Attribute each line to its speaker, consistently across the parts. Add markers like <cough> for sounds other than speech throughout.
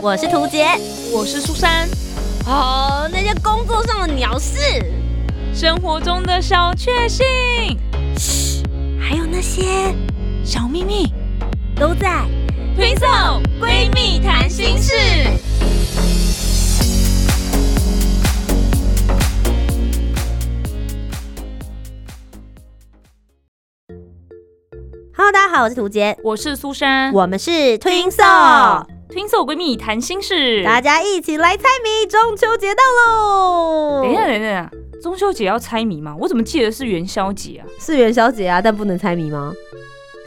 Speaker 1: 我是涂杰。
Speaker 2: 我是苏珊，
Speaker 1: 哦，那些工作上的鸟事，
Speaker 2: 生活中的小确幸、
Speaker 1: 还有那些
Speaker 2: 小秘密，
Speaker 1: 都在。
Speaker 2: 推送闺蜜谈心事。
Speaker 1: Hello，大家好，我是涂杰，
Speaker 2: 我是苏珊，
Speaker 1: 我们是 Twin s
Speaker 2: 推送闺蜜谈心事。
Speaker 1: 大家一起来猜谜，中秋节到喽！
Speaker 2: 等一下，等一下，中秋节要猜谜吗？我怎么记得是元宵节啊？
Speaker 1: 是元宵节啊，但不能猜谜吗？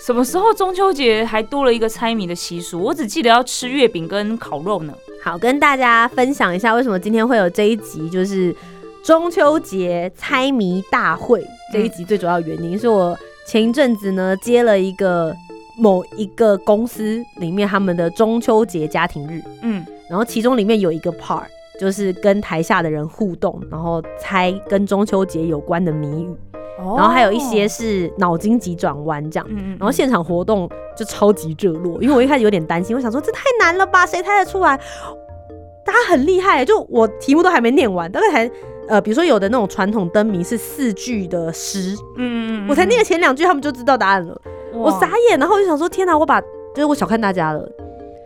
Speaker 2: 什么时候中秋节还多了一个猜谜的习俗？我只记得要吃月饼跟烤肉呢。
Speaker 1: 好，跟大家分享一下为什么今天会有这一集，就是中秋节猜谜大会这一集最主要的原因，是我前一阵子呢接了一个某一个公司里面他们的中秋节家庭日，
Speaker 2: 嗯，
Speaker 1: 然后其中里面有一个 part 就是跟台下的人互动，然后猜跟中秋节有关的谜语，
Speaker 2: 哦
Speaker 1: 然后还有一些，是脑筋急转弯这样。
Speaker 2: 嗯嗯
Speaker 1: 然后现场活动就超级热络，因为我一开始有点担心，我想说这太难了吧，谁猜得出来？大家很厉害，欸就我题目都还没念完，大概才呃，比如说有的那种传统灯谜是四句的诗，
Speaker 2: 嗯嗯嗯
Speaker 1: 我才念了前两句，他们就知道答案了，我傻，
Speaker 2: 哇
Speaker 1: 眼，然后我就想说天哪，我把就是我小看大家了，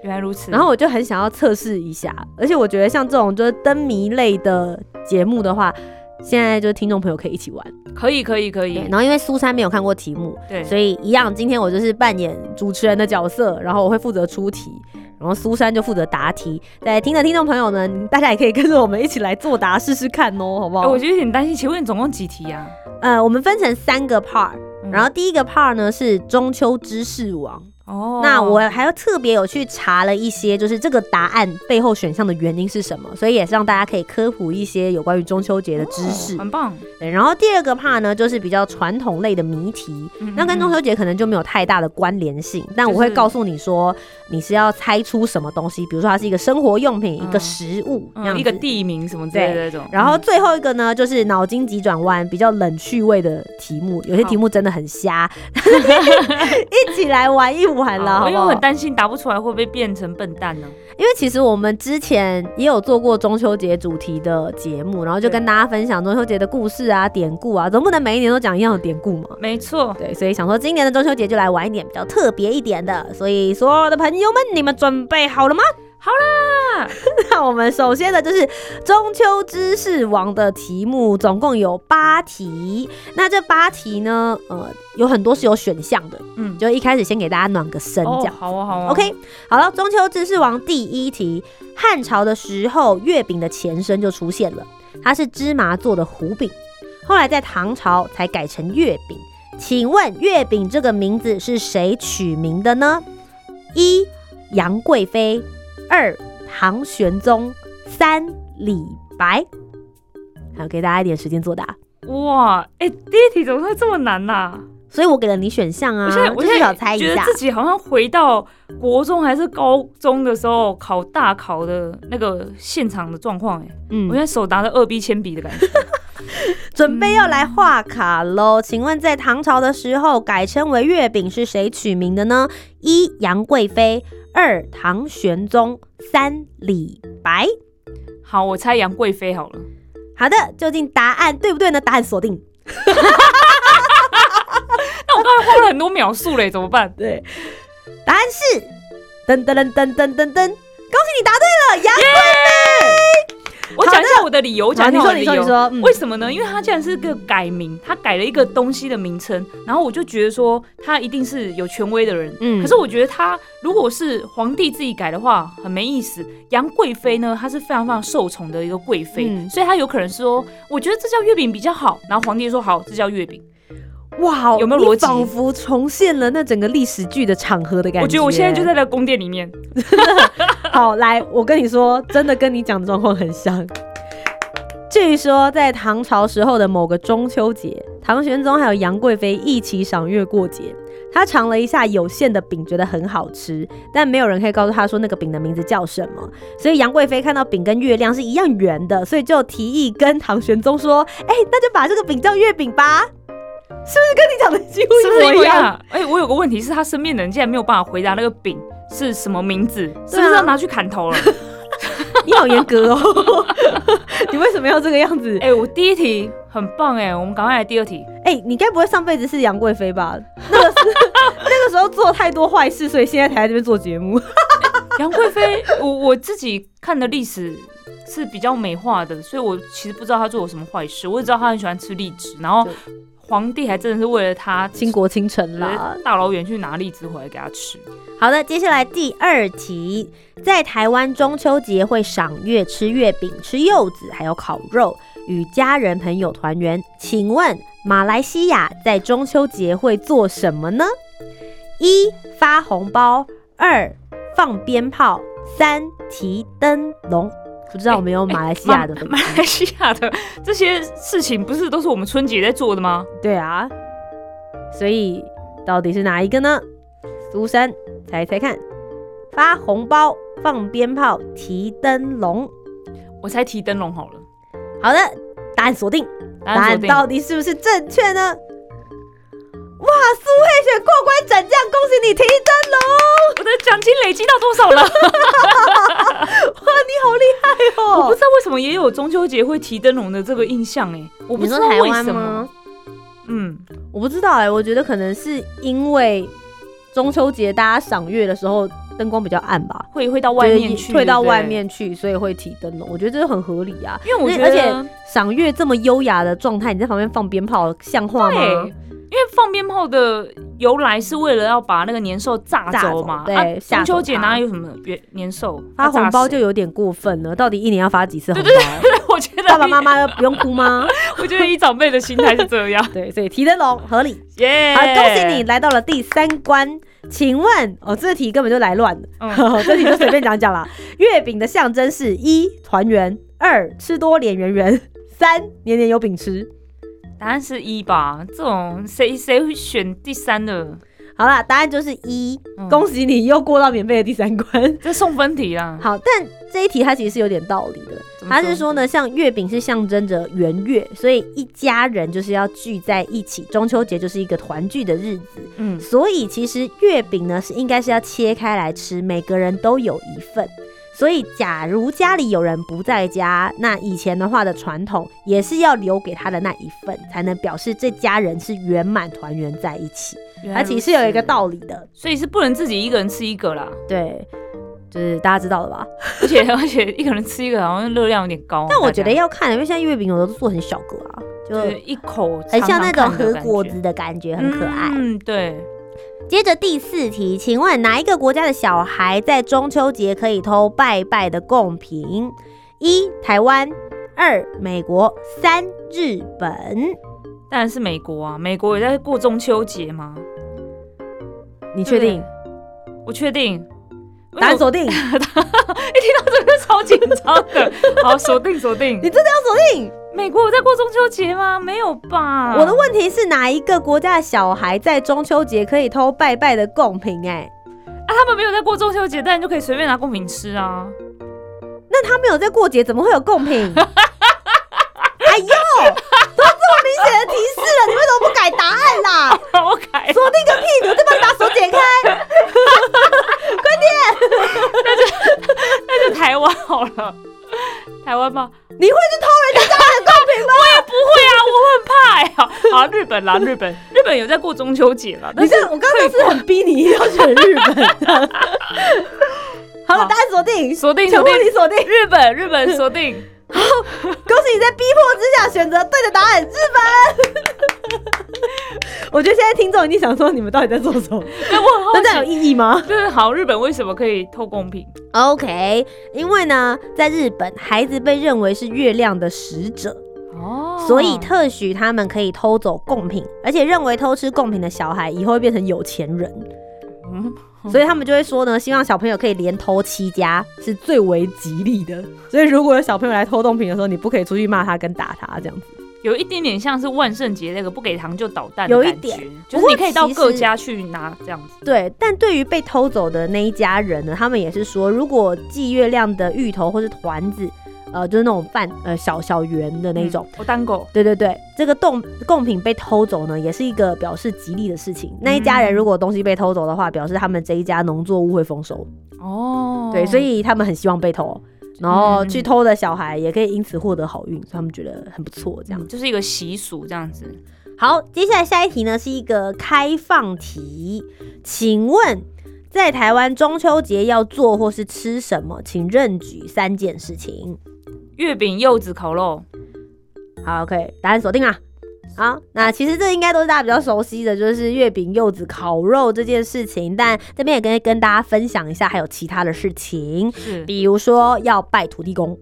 Speaker 2: 原来如此。
Speaker 1: 然后我就很想要测试一下，而且我觉得像这种就是灯谜类的节目的话。现在就是听众朋友可以一起玩，
Speaker 2: 可以可以可以
Speaker 1: 对。，然后因为苏珊没有看过题目，
Speaker 2: 对，
Speaker 1: 所以一样，今天我就是扮演主持人的角色，然后我会负责出题，然后苏珊就负责答题。在听的听众朋友呢，大家也可以跟着我们一起来作答试试看哦，好不
Speaker 2: 哎
Speaker 1: 好
Speaker 2: 我？就有点担心，请问你总共几题啊？
Speaker 1: 呃，我们分成三个 part，
Speaker 2: 嗯
Speaker 1: 然后第一个 part 呢是中秋知识王，
Speaker 2: 哦，
Speaker 1: 那我还要特别有去查了一些，就是这个答案背后选项的原因是什么，所以也是让大家可以科普一些有关于中秋节的知识
Speaker 2: 哦。很棒。
Speaker 1: 对，然后第二个 part 呢就是比较传统类的谜题，那跟中
Speaker 2: 学
Speaker 1: 秋节可能就没有太大的关联性，但我会告诉你说，你是要猜出什么东西，比如说它是一个生活用品、
Speaker 2: 嗯
Speaker 1: 一个食物这样子
Speaker 2: 一个。地名什么之类的那种。嗯
Speaker 1: 然后最后一个呢，就是脑筋急转弯，比较冷趣味的题目，有些题目真的很瞎， <laughs> 一起来玩一玩啦，好
Speaker 2: 因
Speaker 1: 不
Speaker 2: 为我
Speaker 1: 好？
Speaker 2: 很担心答不出来会不会变成笨蛋呢？
Speaker 1: 因为其实我们之前也有做过中秋节主题的节目，然后就
Speaker 2: 对
Speaker 1: 跟大家分享中秋节的故事啊、典故啊，总不能每一年都讲一样的典故嘛。
Speaker 2: 没错，
Speaker 1: 对，所以想说今年的中秋节就来玩一点比较特别一点的，所以所有的朋友们，你们准备好了吗？
Speaker 2: 好啦，
Speaker 1: 那我们首先的就是中秋知识王的题目，总共有八题。那这八题呢，呃，有很多是有选项的，
Speaker 2: 嗯，
Speaker 1: 就一开始先给大家暖个身这
Speaker 2: 哦，
Speaker 1: 样。
Speaker 2: 好啊，好啊
Speaker 1: OK，好了，中秋知识王第一题，汉朝的时候，月饼的前身就出现了，它是芝麻做的糊饼，后来在唐朝才改成月饼。请问月饼这个名字是谁取名的呢？一杨贵妃，二唐玄宗，三李白。好，给大家一点时间作答。
Speaker 2: 哇，哎、第一题怎么会这么难呐、
Speaker 1: 所以我给了你选项啊，
Speaker 2: 我现在
Speaker 1: 就
Speaker 2: 我
Speaker 1: 是
Speaker 2: 现
Speaker 1: 小
Speaker 2: 在
Speaker 1: 猜一
Speaker 2: 觉得
Speaker 1: 下。
Speaker 2: 自己好像回到国中还是高中的时候考大考的那个现场的状况、哎、
Speaker 1: 嗯
Speaker 2: 我现在手拿着二 B 铅笔的
Speaker 1: <laughs>
Speaker 2: 感觉。
Speaker 1: 准备要来画卡喽。请问在唐朝的时候改称为月饼是谁取名的呢？一杨贵妃，二唐玄宗，三李白。
Speaker 2: 好，我猜杨贵妃好了。
Speaker 1: 好的，究竟答案对不对呢？答案锁定。
Speaker 2: 那我刚才花了很多秒数嘞，怎么办？
Speaker 1: 对，答案是噔噔噔噔噔噔噔，恭喜你答对了，杨
Speaker 2: 我讲一下我的理由，我讲一下
Speaker 1: 好
Speaker 2: 我
Speaker 1: 的
Speaker 2: 的理
Speaker 1: 好
Speaker 2: 由。
Speaker 1: 你说你说你说嗯
Speaker 2: 为什么呢？因为它既然是个改名，它改了一个东西的名称，然后我就觉得说他一定是有权威的人。
Speaker 1: 嗯
Speaker 2: 可是我觉得他如果是皇帝自己改的话，很没意思。杨贵妃呢，她是非常非常受宠的一个贵妃，
Speaker 1: 嗯
Speaker 2: 所以她有可能说，我觉得这叫月饼比较好。然后皇帝说好，这叫月饼。
Speaker 1: 哇，
Speaker 2: 有没有逻辑
Speaker 1: 你仿佛重现了那整个历史剧的场合的感觉。
Speaker 2: 我觉得我现在就在那个宫殿里面。
Speaker 1: 好，来，我跟你说，真的跟你讲的状况很像。据说在唐朝时候的某个中秋节，唐玄宗还有杨贵妃一起赏月过节。他尝了一下有馅的饼，觉得很好吃，但没有人可以告诉他说那个饼的名字叫什么。所以杨贵妃看到饼跟月亮是一样圆的，所以就提议跟唐玄宗说：“哎、那就把这个饼叫月饼吧。”是不是跟你讲的几乎
Speaker 2: 是不是一
Speaker 1: 一
Speaker 2: 模
Speaker 1: 模一
Speaker 2: 一
Speaker 1: 样？
Speaker 2: 样？哎、我有个问题是，他身边的人竟然没有办法回答那个饼是什么名字，是
Speaker 1: 对啊
Speaker 2: 不是要拿去砍
Speaker 1: <laughs>
Speaker 2: 头了？
Speaker 1: 你好严格哦， <laughs> 你为什么要这个样子？
Speaker 2: 哎、我第一题很棒哎、我们赶快来第二题。
Speaker 1: 哎、你该不会上辈子是杨贵妃吧？ <laughs> 那个是那个时候 <laughs> 做太多坏事，所以现在才在这边做节目。
Speaker 2: 杨贵妃，我我自己看的历史是比较美化的，所以我其实不知道她做过什么坏事，我只知道她很喜欢吃荔枝，然后
Speaker 1: 对
Speaker 2: 皇帝还真的是为了她
Speaker 1: <laughs> 倾国倾城啦。
Speaker 2: 大老远去拿荔枝回来给她吃。
Speaker 1: 好的，接下来第二题，在台湾中秋节会赏月、吃月饼、吃柚子，还有烤肉，与家人朋友团圆。请问马来西亚在中秋节会做什么呢？一发红包，二放鞭炮，三提灯笼。不知道有没有马来西亚的粉丝、
Speaker 2: 马来西亚的这些事情，不是都是我们春节在做的吗？
Speaker 1: 对啊，所以到底是哪一个呢？苏珊，猜猜看，发红包、放鞭炮、提灯笼。
Speaker 2: 我猜提灯笼好了，
Speaker 1: 好的，答案锁定，
Speaker 2: 答
Speaker 1: 答案
Speaker 2: 锁定
Speaker 1: 到底是不是正确呢？哇，苏慧雪过关斩将，恭喜你提灯笼！
Speaker 2: 我的奖金累积到多少了？
Speaker 1: 哇，你好厉害哦！
Speaker 2: <laughs> 我不知道为什么也有中秋节会提灯笼的这个印象哎、我不
Speaker 1: 你
Speaker 2: 知
Speaker 1: 说
Speaker 2: 道
Speaker 1: 台
Speaker 2: 为
Speaker 1: 湾
Speaker 2: 什
Speaker 1: 吗
Speaker 2: 么。？嗯，
Speaker 1: 我不知道哎、我觉得可能是因为中秋节大家赏月的时候灯光比较暗吧。
Speaker 2: 会会到外面
Speaker 1: 就是
Speaker 2: 去，
Speaker 1: 退到
Speaker 2: 对不对
Speaker 1: 外。面去，所以会提灯笼。我觉得这很合理啊，
Speaker 2: 因为我
Speaker 1: 那
Speaker 2: 觉得，
Speaker 1: 而且赏月这么优雅的状态，你在旁边放鞭炮，像话
Speaker 2: 对，
Speaker 1: 吗？
Speaker 2: 因为放鞭炮的由来是为了要把那个年兽炸
Speaker 1: 炸
Speaker 2: 走
Speaker 1: 走
Speaker 2: 嘛。
Speaker 1: 对
Speaker 2: 啊
Speaker 1: 吓
Speaker 2: 中
Speaker 1: 走
Speaker 2: 秋节
Speaker 1: 它
Speaker 2: 哪有什么元年兽？
Speaker 1: 发
Speaker 2: 要啊炸
Speaker 1: 红包
Speaker 2: 死
Speaker 1: 就有点过分了，到底一年要发几次红包？
Speaker 2: <laughs> 我觉得
Speaker 1: 爸爸妈妈不用
Speaker 2: <laughs>
Speaker 1: 哭吗？
Speaker 2: 我觉得以长辈的心态是这
Speaker 1: <laughs>
Speaker 2: 样。
Speaker 1: 对，所以提灯笼合理。
Speaker 2: 耶！
Speaker 1: 好，恭喜你来到了第三关。请问，哦，这题根本就来乱了， <laughs> 哦
Speaker 2: 嗯
Speaker 1: 这题就随便讲讲啦。月饼的象征是一团圆，二吃多脸圆圆，三年年有饼吃。
Speaker 2: 答案是一吧？这种谁谁会选第三的？
Speaker 1: 好啦，答案就是一。
Speaker 2: 嗯
Speaker 1: 恭喜你又过到免费的第三关。
Speaker 2: 这送分题啦。
Speaker 1: 好，但这一题它其实是有点道理的。
Speaker 2: 怎么
Speaker 1: 它是说呢，像月饼是象征着圆月，所以一家人就是要聚在一起。中秋节就是一个团聚的日子，
Speaker 2: 嗯，
Speaker 1: 所以其实月饼呢是应该是要切开来吃，每个人都有一份。所以，假如家里有人不在家，那以前的话的传统也是要留给他的那一份，才能表示这家人是圆满团圆在一起。
Speaker 2: 原来
Speaker 1: 它
Speaker 2: 如
Speaker 1: 其实有一个
Speaker 2: 此，
Speaker 1: 道理的，
Speaker 2: 所以是不能自己一个人吃一个啦。
Speaker 1: 对，就是大家知道了吧？
Speaker 2: 而且 <laughs> 而且一个人吃一个好像热量有点高。
Speaker 1: 但我觉得
Speaker 2: 大家
Speaker 1: 要看，因为现在月饼有的都做很小个啊，就
Speaker 2: 就是一口
Speaker 1: 很像那种
Speaker 2: 尝尝看的
Speaker 1: 和
Speaker 2: 感觉
Speaker 1: 果子的感觉，很可爱。
Speaker 2: 嗯，对，
Speaker 1: 接着第四题，请问哪一个国家的小孩在中秋节可以偷拜拜的贡品？一台湾，二美国，三日本。
Speaker 2: 当然是美国啊，美国也在过中秋节吗？
Speaker 1: 你
Speaker 2: 你
Speaker 1: 确定？？
Speaker 2: 我确定。
Speaker 1: 答案锁定，
Speaker 2: <laughs> 超紧张
Speaker 1: <laughs>
Speaker 2: 的。好，锁定锁定。
Speaker 1: 你真
Speaker 2: 的要
Speaker 1: 锁定？
Speaker 2: 美国有在过中秋节吗？没有吧？
Speaker 1: 我的问题是哪一个国家的小孩在中秋节可以偷拜拜的贡品、哎，
Speaker 2: 啊，他们没有在过中秋节，但你就可以随便拿贡品吃啊。 <laughs>
Speaker 1: 那他没有在过节，怎么会有贡品？ <laughs> 哎呦，都这么明显的提示了，你为什么不改答案
Speaker 2: <laughs>
Speaker 1: 啦？
Speaker 2: 我改了，
Speaker 1: 锁定个屁！你们再把手解开。
Speaker 2: 那就台湾好了。台湾吗？
Speaker 1: 你会去偷人家家里的
Speaker 2: <laughs>
Speaker 1: 贡品吗？
Speaker 2: 不会啊，我很怕呀、好，日
Speaker 1: <laughs>
Speaker 2: 本啦，日本，日本有在过中秋节啦。但
Speaker 1: 你
Speaker 2: 是
Speaker 1: 这我刚刚就是很逼你一定要选日本的。 <laughs> 好了，
Speaker 2: 啊好
Speaker 1: 答案锁定，
Speaker 2: 锁定
Speaker 1: 全
Speaker 2: 锁
Speaker 1: 部
Speaker 2: 定
Speaker 1: 你锁定。
Speaker 2: 日本，日本锁定。
Speaker 1: 恭喜你在逼迫之下选择对的答案，日
Speaker 2: <laughs>
Speaker 1: 本。我觉得现在听众一定想说，你们到底在做什么？
Speaker 2: 哎，我很好
Speaker 1: 那这样有
Speaker 2: 奇，
Speaker 1: 意义吗？
Speaker 2: 就是好，日本为什么可以偷贡品？
Speaker 1: OK，因为呢，在日本，孩子被认为是月亮的使者，
Speaker 2: 哦
Speaker 1: 所以特许他们可以偷走贡品，而且认为偷吃贡品的小孩以后会变成有钱人，
Speaker 2: 嗯
Speaker 1: 所以他们就会说呢，希望小朋友可以连偷七家是最为吉利的。 <laughs> 所以如果有小朋友来偷贡品的时候，你不可以出去骂他跟打他这样子。
Speaker 2: 有一点点像是万圣节那个不给糖就捣蛋，
Speaker 1: 有一点，
Speaker 2: 就是
Speaker 1: 不过
Speaker 2: 你可以到
Speaker 1: 其
Speaker 2: 各
Speaker 1: 实
Speaker 2: 家去拿这样子。
Speaker 1: 对，但对于被偷走的那一家人呢，他们也是说，如果寄月亮的芋头或是团子。呃，就是那种饭呃小小圆的那种。
Speaker 2: 嗯，我单狗，
Speaker 1: 对对对，这个贡贡品被偷走呢，也是一个表示吉利的事情。那一家人如果东西被偷走的话，表示他们这一家农作物会丰收。
Speaker 2: 哦，
Speaker 1: 对，所以他们很希望被偷，然后去偷的小孩也可以因此获得好运，所以他们觉得很不错。这样
Speaker 2: 嗯就是一个习俗这样子。
Speaker 1: 好，接下来下一题呢是一个开放题，请问在台湾中秋节要做或是吃什么？请任举三件事情。
Speaker 2: 月饼、柚子、烤肉，
Speaker 1: 好，OK，答案锁定啦。好，那其实这应该都是大家比较熟悉的，就是月饼、柚子、烤肉这件事情。但这边也跟跟大家分享一下，还有其他的事情，
Speaker 2: 是，
Speaker 1: 比如说要拜土地公。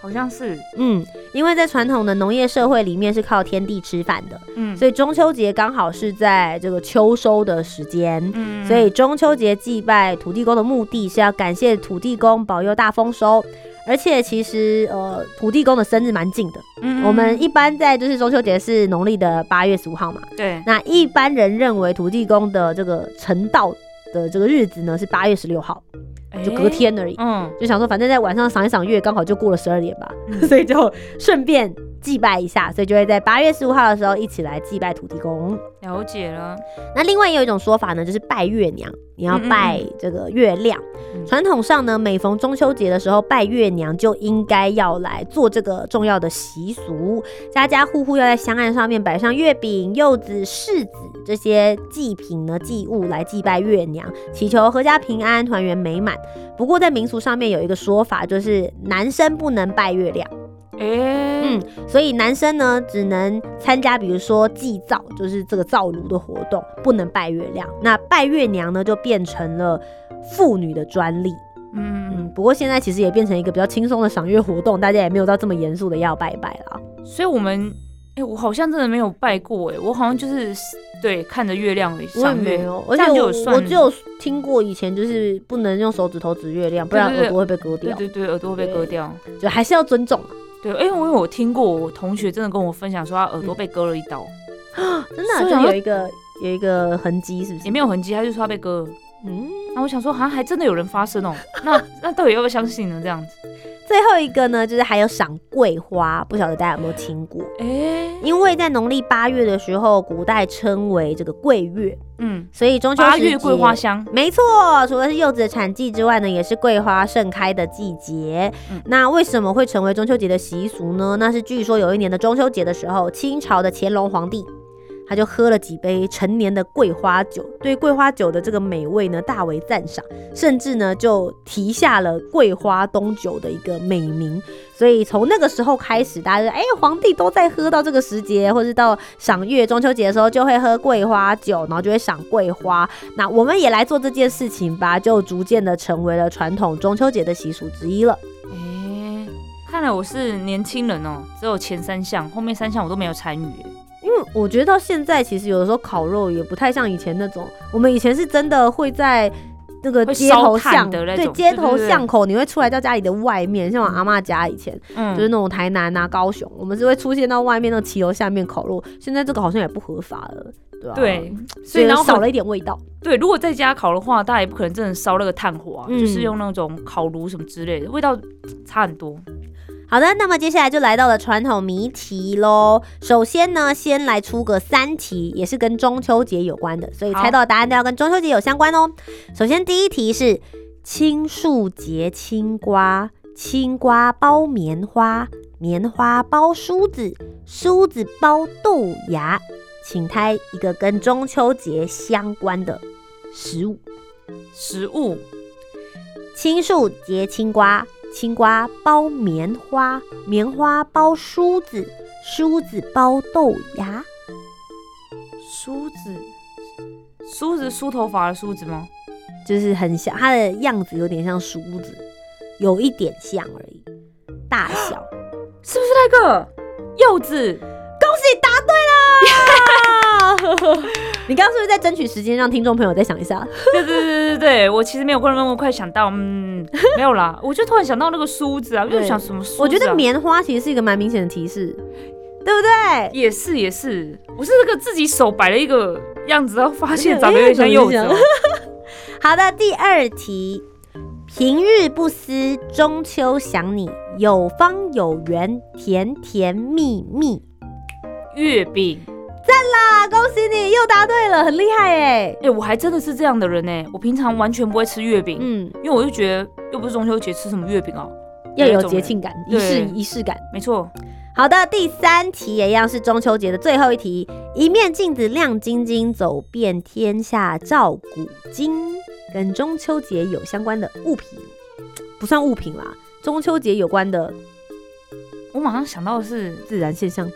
Speaker 2: 好像是，
Speaker 1: 嗯，因为在传统的农业社会里面是靠天地吃饭的，
Speaker 2: 嗯
Speaker 1: 所以中秋节刚好是在这个秋收的时间。
Speaker 2: 嗯
Speaker 1: 所以中秋节祭拜土地公的目的是要感谢土地公保佑大丰收，而且其实呃土地公的生日蛮近的，
Speaker 2: 嗯
Speaker 1: 我们一般在就是中秋节是农历的八月十五号嘛，
Speaker 2: 对，
Speaker 1: 那一般人认为土地公的这个成道的这个日子呢是八月十六号，就隔
Speaker 2: 哎，
Speaker 1: 天而已。
Speaker 2: 嗯，
Speaker 1: 就想说，反正在晚上赏一赏月，刚好就过了十二点吧， <laughs>
Speaker 2: 嗯
Speaker 1: 所以就顺便祭拜一下，所以就会在八月十五号的时候一起来祭拜土地公。
Speaker 2: 了解了，
Speaker 1: 那另外也有一种说法呢，就是拜月娘，你要
Speaker 2: 嗯嗯嗯
Speaker 1: 拜这个月亮。
Speaker 2: 嗯
Speaker 1: 传统上呢，每逢中秋节的时候，拜月娘就应该要来做这个重要的习俗，家家户户要在香案上面摆上月饼、柚子、柿子这些祭品呢祭物来祭拜月娘，祈求阖家平安、团圆美满。不过在民俗上面有一个说法，就是男生不能拜月亮。
Speaker 2: 哎，
Speaker 1: 嗯，所以男生呢，只能参加比如说祭灶，就是这个灶炉的活动，不能拜月亮。那拜月娘呢，就变成了妇女的专利。嗯
Speaker 2: 嗯，，
Speaker 1: 不过现在其实也变成一个比较轻松的赏月活动，大家也没有到这么严肃的要拜拜了。
Speaker 2: 嗯所以我们，哎，我好像真的没有拜过，哎，我好像就是对看着月亮而已，赏月，
Speaker 1: 有，
Speaker 2: 这
Speaker 1: 哦而且
Speaker 2: 样就有
Speaker 1: 我
Speaker 2: 算
Speaker 1: 我只有听过以前就是不能用手指头指月亮，不然
Speaker 2: 对对
Speaker 1: 耳朵会被割
Speaker 2: 对
Speaker 1: 掉，
Speaker 2: 对对，耳朵会被割掉。
Speaker 1: 就还是要尊重啊。
Speaker 2: 对，哎，我有听过，我同学真的跟我分享说，他耳朵被割了一刀，
Speaker 1: 真的啊、
Speaker 2: 所以
Speaker 1: 就
Speaker 2: 啊
Speaker 1: 有一个有一个痕迹，是不是
Speaker 2: 也？没有痕迹，他就说他被割了。
Speaker 1: 嗯。
Speaker 2: 然后我想说，好像还真的有人发生哦， <laughs> 那那到底要不要相信呢？这样子，
Speaker 1: 最后一个呢，就是还有赏桂花，不晓得大家有没有听过？
Speaker 2: 哎，
Speaker 1: 因为在农历八月的时候，古代称为这个桂月，
Speaker 2: 嗯，
Speaker 1: 所以中秋
Speaker 2: 八
Speaker 1: 时节
Speaker 2: 月桂花。香，
Speaker 1: 没错，除了是柚子的产季之外呢，也是桂花盛开的季节。
Speaker 2: 嗯
Speaker 1: 那为什么会成为中秋节的习俗呢？那是据说有一年的中秋节的时候，清朝的乾隆皇帝他就喝了几杯陈年的桂花酒，对桂花酒的这个美味呢大为赞赏，甚至呢就提下了桂花冬酒的一个美名。所以从那个时候开始，大家就哎、皇帝都在喝到这个时节，或是到赏月、中秋节的时候，就会喝桂花酒，然后就会赏桂花。那我们也来做这件事情吧，就逐渐的成为了传统中秋节的习俗之一了。
Speaker 2: 哎，看来我是年轻人哦，只有前三项，后面三项我都没有参与。
Speaker 1: 因为嗯我觉得到现在，其实有的时候烤肉也不太像以前那种，我们以前是真的会在。那个
Speaker 2: 会
Speaker 1: 街
Speaker 2: 烧
Speaker 1: 头
Speaker 2: 炭
Speaker 1: 巷
Speaker 2: 的那
Speaker 1: 对
Speaker 2: 种
Speaker 1: 街
Speaker 2: 对
Speaker 1: 头
Speaker 2: 对对
Speaker 1: 巷口，你会出来到家里的外面，像我阿妈家以前
Speaker 2: 嗯，
Speaker 1: 就是那种台南啊、高雄，我们是会出现到外面那个骑楼下面烤肉。现在这个好像也不合法了，对吧、
Speaker 2: 对，所
Speaker 1: 所以
Speaker 2: 以然后
Speaker 1: 少了一点味道。
Speaker 2: 对，如果在家烤的话，大家也不可能真的烧那个炭火啊，
Speaker 1: 嗯
Speaker 2: 就是用那种烤炉什么之类的，味道差很多。
Speaker 1: 好的，那么接下来就来到了传统谜题喽。首先呢，先来出个三题，也是跟中秋节有关的，所以
Speaker 2: 好
Speaker 1: 猜到的答案都要跟中秋节有相关哦。首先第一题是青树节青瓜，青瓜包棉花，棉花包梳子，梳子包豆芽，请猜一个跟中秋节相关的食物。
Speaker 2: 食物
Speaker 1: 青树结青瓜，青瓜包棉花，棉花包梳子，梳子包豆芽。
Speaker 2: 梳子，梳子梳头发的梳子吗？
Speaker 1: 就是很像，它的样子有点像梳子，有一点像而已，大小。
Speaker 2: 是不是那个柚子？
Speaker 1: 恭喜答对啦！你刚刚是不是在争取时间，让听众朋友再想一下？
Speaker 2: 对对对对对对，我其实没有那么快想到，嗯，没有啦，我就突然想到那个梳子啊，我就
Speaker 1: 对
Speaker 2: 想什么梳子、啊？
Speaker 1: 我觉得棉花其实是一个蛮明显的提示，对不对？
Speaker 2: 也是也是，我是那个自己手摆了一个样子，然后发现
Speaker 1: 哎
Speaker 2: 长得有点像柚子哦、
Speaker 1: 怎么是这样好的，第二题，平日不思中秋想你，有方有圆，甜甜蜜蜜。
Speaker 2: 月饼。
Speaker 1: 啊，恭喜你又答对了，很厉害哎。
Speaker 2: 哎、我还真的是这样的人呢、我平常完全不会吃月饼，
Speaker 1: 嗯，
Speaker 2: 因为我就觉得又不是中秋节，吃什么月饼啊？
Speaker 1: 要
Speaker 2: 有一
Speaker 1: 有
Speaker 2: 种
Speaker 1: 节
Speaker 2: 人
Speaker 1: 庆感，仪
Speaker 2: 对
Speaker 1: 式仪式感。
Speaker 2: 没错，
Speaker 1: 好的，第三题也一样是中秋节的最后一题。一面镜子亮晶晶，走遍天下照古今，跟中秋节有相关的物品，不算物品啦，中秋节有关的
Speaker 2: 我马上想到的是
Speaker 1: 自然现象。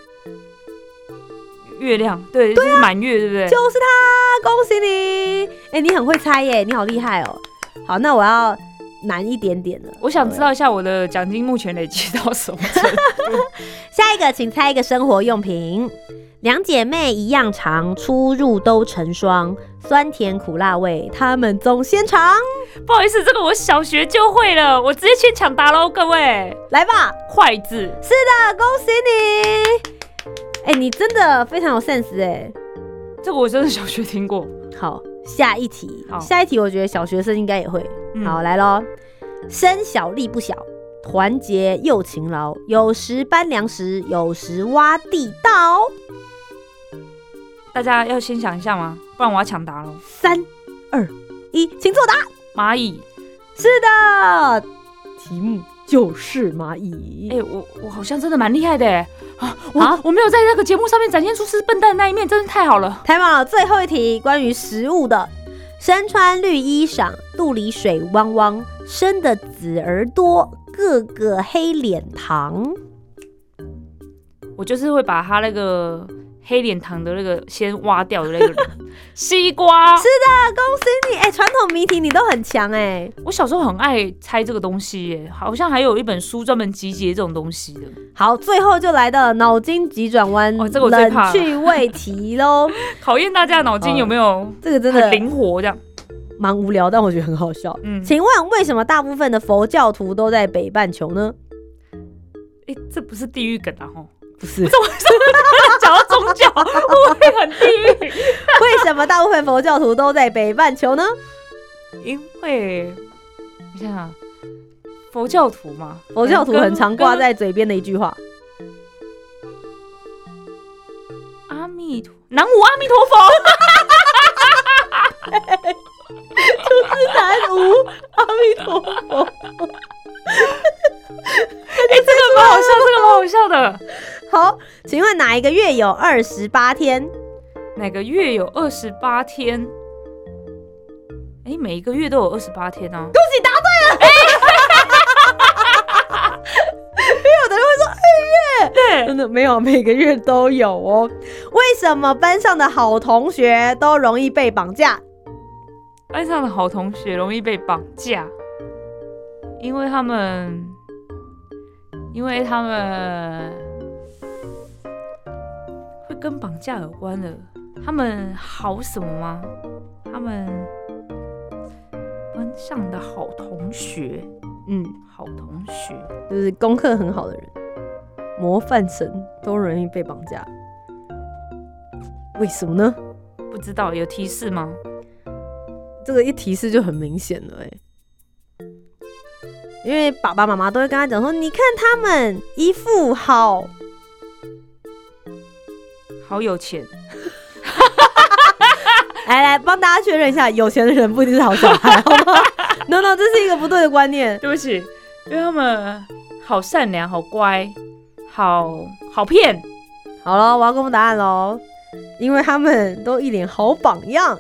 Speaker 2: 月亮，对，就是满月，对不对？
Speaker 1: 就是他，恭喜你！哎、你很会猜耶，你好厉害哦。好，那我要难一点点了。
Speaker 2: 我想知道一下我的奖金目前累积到什么程度？
Speaker 1: 下一个，请猜一个生活用品。两姐妹一样长，出入都成双，酸甜苦辣味，她们总先尝。
Speaker 2: <laughs> 不好意思，这个我小学就会了，我直接先抢答喽，各位。
Speaker 1: 来吧，
Speaker 2: 筷子，
Speaker 1: 啊，恭喜你！哎、你真的非常有 sense 哎。
Speaker 2: 这个我真的小学听过。
Speaker 1: 好，下一题，
Speaker 2: 好
Speaker 1: 下一题，我觉得小学生应该也会。
Speaker 2: 嗯
Speaker 1: 好，来喽，身小力不小，团结又勤劳，有时搬粮食，有时挖地道。
Speaker 2: 大家要先想一下吗？不然我要抢答喽。
Speaker 1: 三、二、一，请作答。
Speaker 2: 蚂蚁，
Speaker 1: 啊，题目就是蚂蚁。
Speaker 2: 哎、我我好像真的蛮厉害的哎、啊，我
Speaker 1: 啊
Speaker 2: 我没有在那个节目上面展现出是笨蛋的那一面，真的太好了。
Speaker 1: 台宝最后一题，关于食物的。身穿绿衣裳，肚里水汪汪，生的子儿多，个个黑脸膛。
Speaker 2: 我就是会把他那个黑脸糖的那个先挖掉的那
Speaker 1: <laughs>
Speaker 2: 个人。西瓜，
Speaker 1: 你哎、传统谜题你都很强哎、
Speaker 2: 我小时候很爱猜这个东西耶，好像还有一本书专门集结这种东西的。
Speaker 1: 好，最后就来到了脑筋急转弯、
Speaker 2: 哦这个我最怕了
Speaker 1: 冷趣味
Speaker 2: <laughs>
Speaker 1: 题喽。
Speaker 2: 考验大家脑筋有没有
Speaker 1: 这哦个真
Speaker 2: 很
Speaker 1: 的
Speaker 2: 灵活这样。
Speaker 1: 蛮无聊，但我觉得很好笑。
Speaker 2: 嗯，
Speaker 1: 请问为什么大部分的佛教徒都在北半球呢？
Speaker 2: 哎、这不是地狱梗啊吼！ <laughs>
Speaker 1: 不是，
Speaker 2: 讲到宗教，啊我会很地狱，
Speaker 1: <laughs> 为什么大部分佛教徒都在北半球呢？
Speaker 2: 因为我想想，佛教徒嘛，
Speaker 1: 佛教徒很常挂
Speaker 2: 跟
Speaker 1: 在嘴边的一句话。
Speaker 2: 跟阿弥陀南无阿弥陀
Speaker 1: <laughs>
Speaker 2: 佛，
Speaker 1: 南无阿弥陀佛。
Speaker 2: 蛮好笑，这个蛮好笑的。
Speaker 1: 好，请问哪一个月有二十八天？
Speaker 2: 哪个月有二十八天？哎、每一个月都有二十八天啊！
Speaker 1: 有的人会说二月，真的没有，每个月都有哦。为什么班上的好同学都容易被绑架？
Speaker 2: 班上的好同学容易被绑架，因为他们，因为他们会跟绑架有关的。他们好什么吗？他们班上的好同学，
Speaker 1: 嗯，
Speaker 2: 好同学，
Speaker 1: 就是功课很好的人，模范生都容易被绑架。为什么呢？
Speaker 2: 不知道有提示吗？
Speaker 1: 这个一提示就很明显了、哎。因为爸爸妈妈都会跟他讲说，你看他们一副好
Speaker 2: 好有钱，
Speaker 1: 来来，帮大家确认一下，有钱的人不一定是好小孩，好吗 <laughs> ？No No，这是一个不对的观念。
Speaker 2: 对不起，因为他们好善良，好乖，好好
Speaker 1: <laughs>
Speaker 2: 骗。
Speaker 1: 好了，我要公布答案喽，因为他们都一脸好榜样。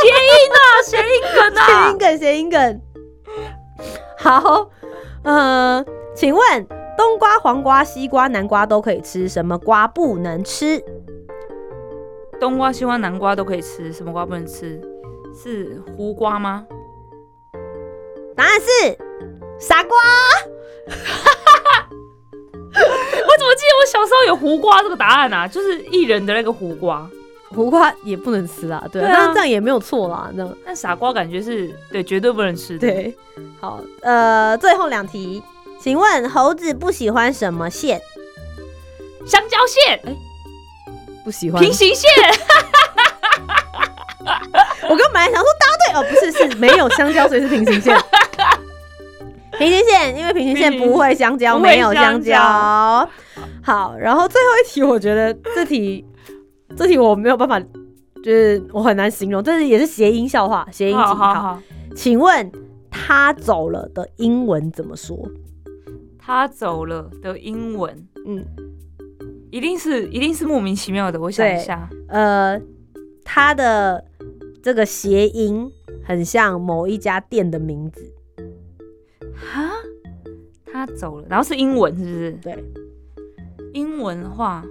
Speaker 2: 谐音
Speaker 1: <laughs>
Speaker 2: 啊，谐音梗
Speaker 1: 谐音
Speaker 2: 啊！
Speaker 1: 梗，谐音梗。好，呃，请问冬瓜、黄瓜、西瓜、南瓜都可以吃，什么瓜不能吃？
Speaker 2: 冬瓜、西瓜、南瓜都可以吃，什么瓜不能吃？是胡瓜吗？
Speaker 1: 答案是傻瓜。
Speaker 2: 我怎么记得我小时候有胡瓜这个答案啊？就是艺人的那个胡瓜，
Speaker 1: 胡瓜也不能吃啦，对啊，
Speaker 2: 对啊
Speaker 1: 但是这样也没有错啦，这样
Speaker 2: 但傻瓜感觉是对，绝对不能吃的。，
Speaker 1: 对。嗯好，呃，最后两题，请问猴子不喜欢什么线？
Speaker 2: 香蕉线、哎
Speaker 1: 不喜
Speaker 2: 平行线，
Speaker 1: 我刚本来想说答对，哦，不是，是没有香蕉，所以是平行线。平行线，因为平行线不会香蕉，
Speaker 2: 平行
Speaker 1: 没有香
Speaker 2: 不会香
Speaker 1: 蕉。好，然后最后一题，我觉得这题这题我没有办法，就是我很难形容，这是也是谐音笑话，谐音
Speaker 2: 好
Speaker 1: 题。
Speaker 2: 好好，
Speaker 1: 请问他走了的英文怎么说？
Speaker 2: 他走了的英文
Speaker 1: 嗯，
Speaker 2: 一定是一定是莫名其妙的，我想一下，
Speaker 1: 呃，他的这个谐音很像某一家店的名字。
Speaker 2: 哈，他走了，然后是英文是不是？
Speaker 1: 对，
Speaker 2: 英文的话，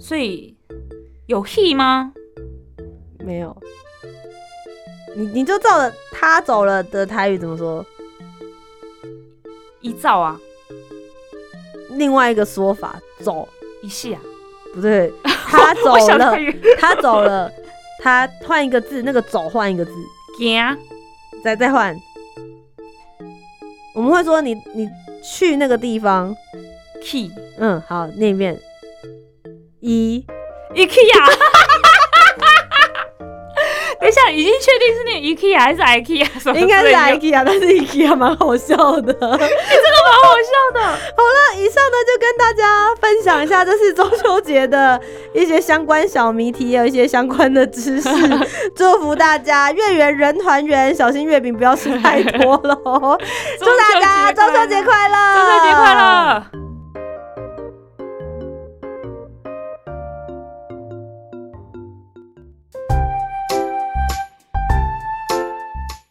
Speaker 2: 所以有 he 吗？
Speaker 1: 没有。你你就照着他走了的台语怎么说？
Speaker 2: 一照啊，
Speaker 1: 另外一个说法，走
Speaker 2: 一系啊，
Speaker 1: 不对，他走
Speaker 2: 我想
Speaker 1: 了
Speaker 2: 太，远，
Speaker 1: 他走了，他换一个字，那个走换一个字，
Speaker 2: 行
Speaker 1: 再再换。我们会说你你去那个地方，
Speaker 2: key
Speaker 1: 嗯，好，念一遍，一
Speaker 2: ，IKEA。等一下，已经确定是念 IKEA 还是 IKEA 什么之类的？
Speaker 1: 应该是 IKEA，但是 IKEA 蛮好笑的。
Speaker 2: 蛮好笑的。
Speaker 1: 以上呢就跟大家分享一下，这是中秋节的一些相关小谜题，也有一些相关的知 <laughs> 识。祝福大家月圆人团圆，小心月饼不要吃太多 <laughs> 喽！祝大家中秋节快乐！
Speaker 2: 中秋节快！乐！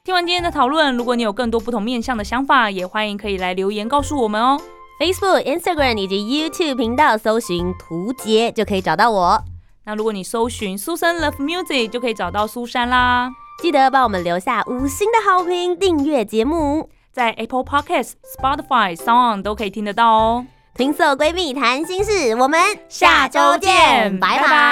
Speaker 2: 听完今天的讨论，如果你有更多不同面向的想法，也欢迎可以来留言告诉我们哦。
Speaker 3: Facebook、Instagram 以及 YouTube 频道搜寻“图杰”就可以找到我。
Speaker 2: 那如果你搜寻 Susan Love Music，就可以找到苏珊啦。
Speaker 3: 记得帮我们留下五星的好评，订阅节目，
Speaker 2: 在 Apple Podcast、Spotify、Sound 都可以听得到哦。
Speaker 3: 听所闺蜜谈心事。我们
Speaker 2: 下周见
Speaker 3: 拜
Speaker 2: 拜
Speaker 3: 拜。
Speaker 2: 拜